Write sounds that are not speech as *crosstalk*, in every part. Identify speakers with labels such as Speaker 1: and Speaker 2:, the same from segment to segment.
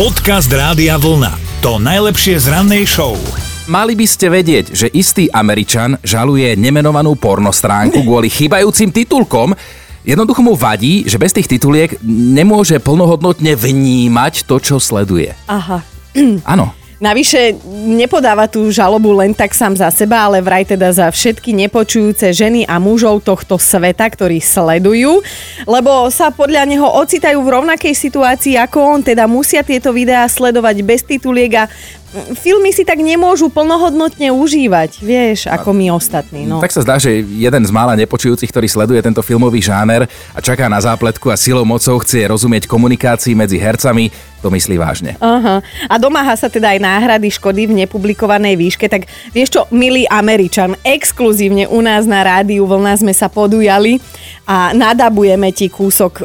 Speaker 1: Podcast Rádia Vlna. To najlepšie z rannej show.
Speaker 2: Mali by ste vedieť, že istý Američan žaluje nemenovanú pornostránku kvôli chýbajúcim titulkom. Jednoducho mu vadí, že bez tých tituliek nemôže plnohodnotne vnímať to, čo sleduje.
Speaker 3: Aha.
Speaker 2: Áno.
Speaker 3: Navyše nepodáva tú žalobu len tak sám za seba, ale vraj teda za všetky nepočujúce ženy a mužov tohto sveta, ktorí sledujú, lebo sa podľa neho ocitajú v rovnakej situácii ako on, teda musia tieto videá sledovať bez tituliek a mm, filmy si tak nemôžu plnohodnotne užívať, vieš, ako my ostatní.
Speaker 2: No.
Speaker 3: No.
Speaker 2: Tak sa zdá, že jeden z mála nepočujúcich, ktorý sleduje tento filmový žáner a čaká na zápletku a silou mocou chce rozumieť komunikácii medzi hercami, to myslí vážne.
Speaker 3: Aha. A domáha sa teda aj náhrady škody v nepublikovanej výške. Tak vieš čo, milý Američan, exkluzívne u nás na rádiu Vlna sme sa podujali a nadabujeme ti kúsok um,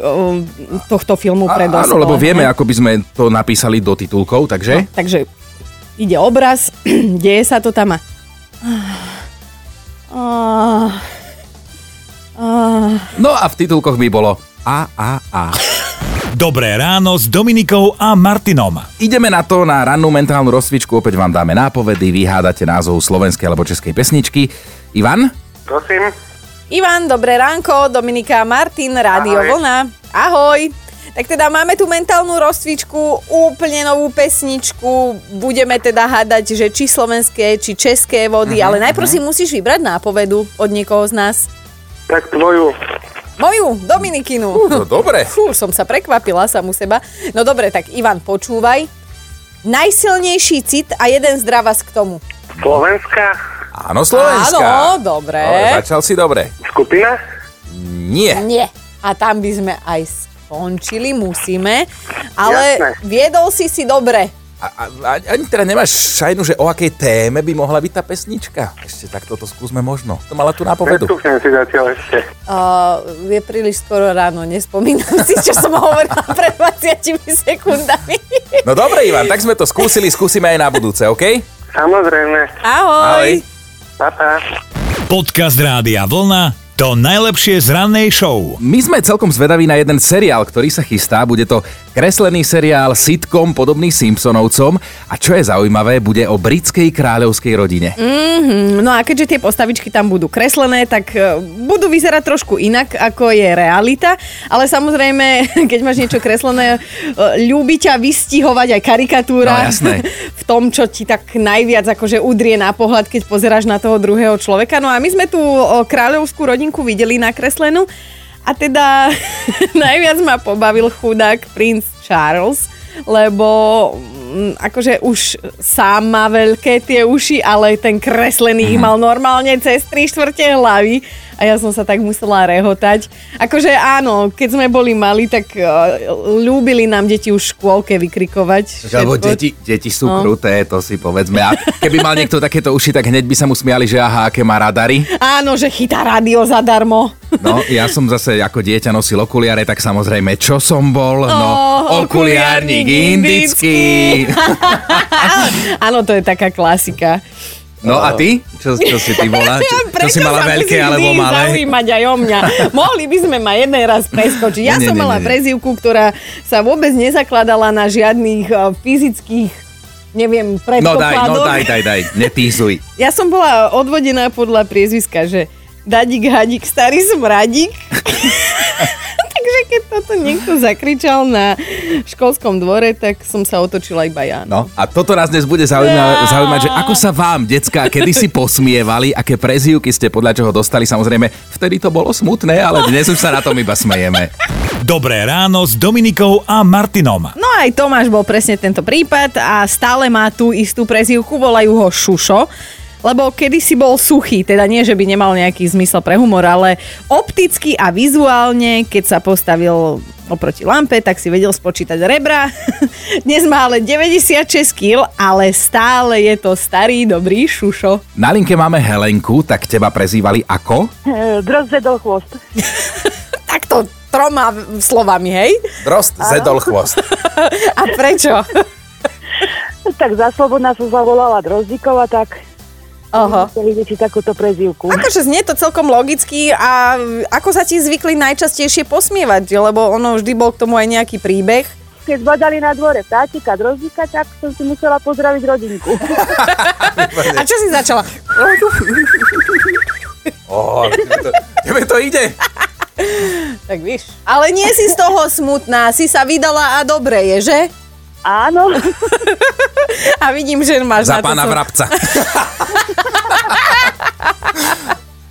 Speaker 3: tohto filmu
Speaker 2: A-
Speaker 3: pre
Speaker 2: Áno,
Speaker 3: dospelé.
Speaker 2: lebo vieme, ako by sme to napísali do titulkov, takže...
Speaker 3: Takže ide obraz, *clears throat* deje sa to tam a... Ah. Ah.
Speaker 2: No a v titulkoch by bolo a, a, a.
Speaker 1: Dobré ráno s Dominikou a Martinom.
Speaker 2: Ideme na to, na rannú mentálnu rozcvičku, opäť vám dáme nápovedy, vyhádate názov slovenskej alebo českej pesničky. Ivan?
Speaker 4: Prosím,
Speaker 3: Ivan, dobré ránko, Dominika Martin, Rádio
Speaker 4: Ahoj.
Speaker 3: Vlna. Ahoj. Tak teda máme tu mentálnu rozcvičku, úplne novú pesničku. Budeme teda hádať, že či slovenské, či české vody, ale najprv si musíš vybrať nápovedu od niekoho z nás.
Speaker 4: tak tvoju.
Speaker 3: Moju, Dominikinu.
Speaker 2: dobre.
Speaker 3: Fú, som sa prekvapila sam u seba. No dobre, tak Ivan, počúvaj. Najsilnejší cit a jeden zdravás k tomu.
Speaker 4: Slovenská
Speaker 2: Áno, Slovenska.
Speaker 3: Áno, dobre.
Speaker 2: Dobre, začal si dobre.
Speaker 4: skupina?
Speaker 2: Nie.
Speaker 3: Nie. A tam by sme aj skončili, musíme. Ale
Speaker 4: Jasné.
Speaker 3: viedol si si dobre.
Speaker 2: A, a, a- ani teda nemáš šajnu, že o akej téme by mohla byť tá pesnička. Ešte tak toto skúsme možno. To mala tu nápovedu.
Speaker 4: Nestúknem si zatiaľ ešte.
Speaker 3: Uh, je príliš skoro ráno, nespomínam si, čo som hovorila *laughs* pred 20 sekundami. *laughs*
Speaker 2: No dobre, Ivan, tak sme to skúsili, skúsime aj na budúce, OK?
Speaker 4: Samozrejme.
Speaker 3: Ahoj.
Speaker 2: Ahoj.
Speaker 4: Pa, pa.
Speaker 1: Podcast Rádia Vlna. To najlepšie z rannej show.
Speaker 2: My sme celkom zvedaví na jeden seriál, ktorý sa chystá. Bude to kreslený seriál sitcom podobný Simpsonovcom. A čo je zaujímavé, bude o britskej kráľovskej rodine. Mm.
Speaker 3: Mm, No a keďže tie postavičky tam budú kreslené, tak e, budú vyzerať trošku inak, ako je realita. Ale samozrejme, *laughs* keď máš niečo kreslené, e, ľúbi ťa vystihovať aj karikatúra
Speaker 2: No,
Speaker 3: *laughs*
Speaker 2: jasné.
Speaker 3: v tom, čo ti tak najviac akože udrie na pohľad, keď pozeráš na toho druhého človeka. No a my sme tu o, kráľovskú rodinku videli nakreslenú a teda *laughs* najviac ma pobavil chudák princ Charles, lebo mm, akože už sám má veľké tie uši, ale ten kreslený ich mal normálne cez 3 štvrte hlavy a ja som sa tak musela rehotať. Akože áno, keď sme boli mali, tak uh, ľúbili nám deti už v škôlke vykrikovať.
Speaker 2: Lebo
Speaker 3: všetko.
Speaker 2: deti, deti sú no.
Speaker 3: No.
Speaker 2: kruté, to si povedzme. A keby mal niekto takéto uši, tak hneď by sa mu smiali, že aha, aké má radary.
Speaker 3: Áno, že chytá rádio
Speaker 2: *laughs*
Speaker 3: zadarmo.
Speaker 2: No, ja som zase ako dieťa nosil okuliare, tak samozrejme, čo som bol? No,
Speaker 3: Ó,
Speaker 2: okuliárnik indický.
Speaker 3: Áno, to je taká klasika.
Speaker 2: No a ty? Čo, čo si ty
Speaker 3: *laughs*
Speaker 2: bola? Čo, čo si
Speaker 3: Prečo
Speaker 2: mala
Speaker 3: sa
Speaker 2: veľké
Speaker 3: musíš
Speaker 2: alebo
Speaker 3: vždy
Speaker 2: malé?
Speaker 3: zaujímať aj o mňa. Mohli by sme ma jeden raz preskočiť. Ja
Speaker 2: Nie,
Speaker 3: som
Speaker 2: nie,
Speaker 3: mala
Speaker 2: nie, nie.
Speaker 3: prezývku, ktorá sa vôbec nezakladala na žiadnych eh, fyzických neviem,
Speaker 2: No daj,
Speaker 3: predpokladoch.
Speaker 2: no daj, daj, daj, netízuj.
Speaker 3: Ja som bola odvodená podľa priezviska, že Dadík, Hadík, starý smradík. *laughs* Takže keď toto niekto zakričal na školskom dvore, tak som sa otočila iba ja.
Speaker 2: No a toto nás dnes bude zaujímať, zaujímať že ako sa vám, decka, kedy si posmievali, aké prezývky ste podľa čoho dostali, samozrejme, vtedy to bolo smutné, ale dnes už sa na tom iba smejeme.
Speaker 1: Dobré ráno s Dominikou a Martinom.
Speaker 3: No aj Tomáš bol presne tento prípad a stále má tú istú prezývku, volajú ho Šušo. Lebo kedysi bol suchý, teda nie, že by nemal nejaký zmysel pre humor, ale opticky a vizuálne, keď sa postavil oproti lampe, tak si vedel spočítať rebra. *laughs* Dnes má ale 96 kg, ale stále je to starý, dobrý Šušo. *laughs*
Speaker 2: Na linke máme Helenku, tak teba prezývali ako?
Speaker 5: Drost zedol Eh, chvost.
Speaker 3: Takto troma v- slovami, hej?
Speaker 2: Drost zedol chvost.
Speaker 3: A prečo?
Speaker 5: Tak za slobodná som zavolala Drozdíkova, tak
Speaker 3: Oho.
Speaker 5: chceli deti takúto prezývku.
Speaker 3: Akože znie to celkom logicky a ako sa ti zvykli najčastejšie posmievať, lebo ono vždy bol k tomu aj nejaký príbeh.
Speaker 5: keď zbadali na dvore vtáčika drozdíka, tak som si musela pozdraviť rodinku.
Speaker 3: A čo si začala?
Speaker 2: Ó, tebe to- tebe to ide.
Speaker 3: Tak víš. Ale nie si z toho smutná, si sa vydala a dobre je, že?
Speaker 5: Áno,
Speaker 3: A vidím, že máš
Speaker 2: Za
Speaker 3: na to
Speaker 2: pána
Speaker 3: som-
Speaker 2: Vrabca.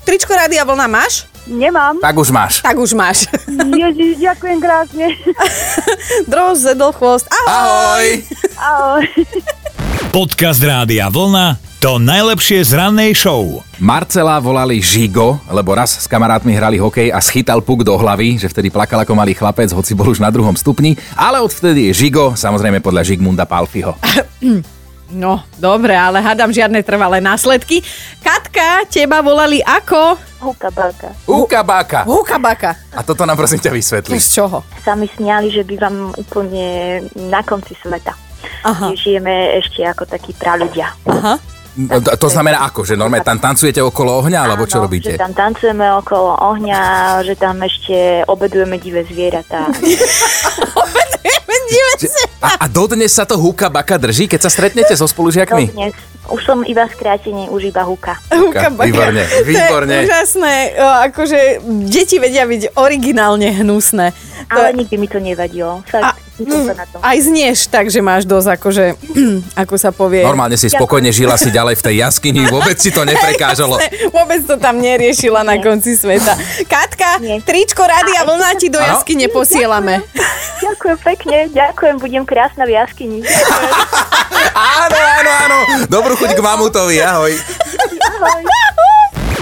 Speaker 3: Tričko Rádia Vlna máš?
Speaker 5: nemám.
Speaker 2: Tak už máš.
Speaker 3: Tak už máš. *laughs*
Speaker 5: Ježiš, ďakujem krásne.
Speaker 3: Droz, zedl, chvost. Ahoj!
Speaker 2: Ahoj.
Speaker 5: Ahoj.
Speaker 1: Podcast Rádia Vlna to najlepšie z rannej show.
Speaker 2: Marcela volali Žigo, lebo raz s kamarátmi hrali hokej a schytal puk do hlavy, že vtedy plakal ako malý chlapec, hoci bol už na druhom stupni, ale odvtedy je Žigo, samozrejme podľa Žigmunda Palfiho.
Speaker 3: No, dobre, ale hádam žiadne trvalé následky. Katka, teba volali ako?
Speaker 6: Huka balka.
Speaker 2: Uka báka.
Speaker 3: Hukabaka.
Speaker 2: A toto nám prosím ťa
Speaker 3: To
Speaker 2: vysvetli.
Speaker 3: *laughs* z čoho?
Speaker 6: Sa mi smiali, že bývam úplne na konci sveta.
Speaker 3: Aha.
Speaker 6: Že Žijeme ešte ako takí praludia.
Speaker 3: Aha.
Speaker 2: To, to znamená ako, že normálne tam tancujete okolo ohňa, alebo čo
Speaker 6: Áno,
Speaker 2: robíte?
Speaker 6: Že tam tancujeme okolo ohňa, že tam ešte obedujeme divé zvieratá.
Speaker 2: Že- A, a dodnes sa to húka baka drží, keď sa stretnete so spolužiakmi?
Speaker 6: Dnes už som iba skrátenie, už iba huka.
Speaker 3: Hukabaka.
Speaker 2: Výborne, výborne.
Speaker 3: To je úžasné. O, Akože deti vedia byť originálne hnusné. To je-
Speaker 6: Ale nikdy mi to nevadilo.
Speaker 3: a,
Speaker 6: Fakt, cítim sa na tom.
Speaker 3: aj znieš tak, že máš dosť, akože, *clears throat* ako sa povie.
Speaker 2: Normálne si spokojne žila si ďalej v tej jaskyni, vôbec si to neprekážalo.
Speaker 3: *laughs* Vôbec to tam neriešila na konci sveta. Katka,
Speaker 6: Nie.
Speaker 3: tričko rádia vlna ti do
Speaker 2: Áno.
Speaker 3: jasky neposielame.
Speaker 6: Ďakujem pekne, ďakujem, budem krásna v
Speaker 3: *laughs*
Speaker 6: jaskyni. Ďakujem.
Speaker 2: Áno, áno, áno. Dobrú chuť k mamutovi, ahoj.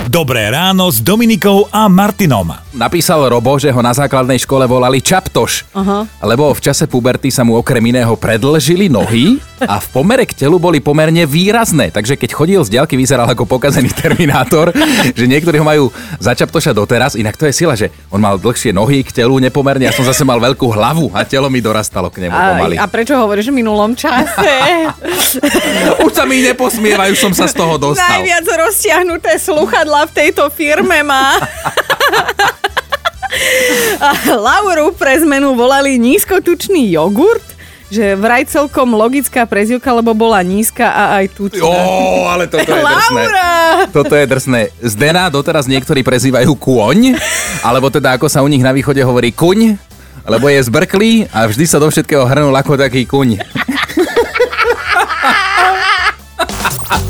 Speaker 1: Dobré ráno s Dominikou a Martinom.
Speaker 2: Napísal Robo, že ho na základnej škole volali Čaptoš,
Speaker 3: Aha.
Speaker 2: lebo v čase puberty sa mu okrem iného predlžili nohy a v pomere k telu boli pomerne výrazné, takže keď chodil z diaľky vyzeral ako pokazený terminátor, že niektorí ho majú za Čaptoša doteraz, inak to je sila, že on mal dlhšie nohy k telu nepomerne, ja som zase mal veľkú hlavu a telo mi dorastalo k nemu pomaly.
Speaker 3: A, a prečo hovoríš v minulom čase? *laughs*
Speaker 2: Už sa mi neposmievajú, som sa z toho dostal.
Speaker 3: Najviac roztiahnuté sluchadla v tejto firme má. *laughs* A Lauru pre zmenu volali nízkotučný jogurt, že vraj celkom logická prezivka, lebo bola nízka a aj tučná.
Speaker 2: Ó, ale toto je drsné.
Speaker 3: Laura!
Speaker 2: Toto je drsné. Zdena doteraz niektorí prezývajú kôň, alebo teda ako sa u nich na východe hovorí kuň, lebo je zbrklý a vždy sa do všetkého hrnul ako taký kuň.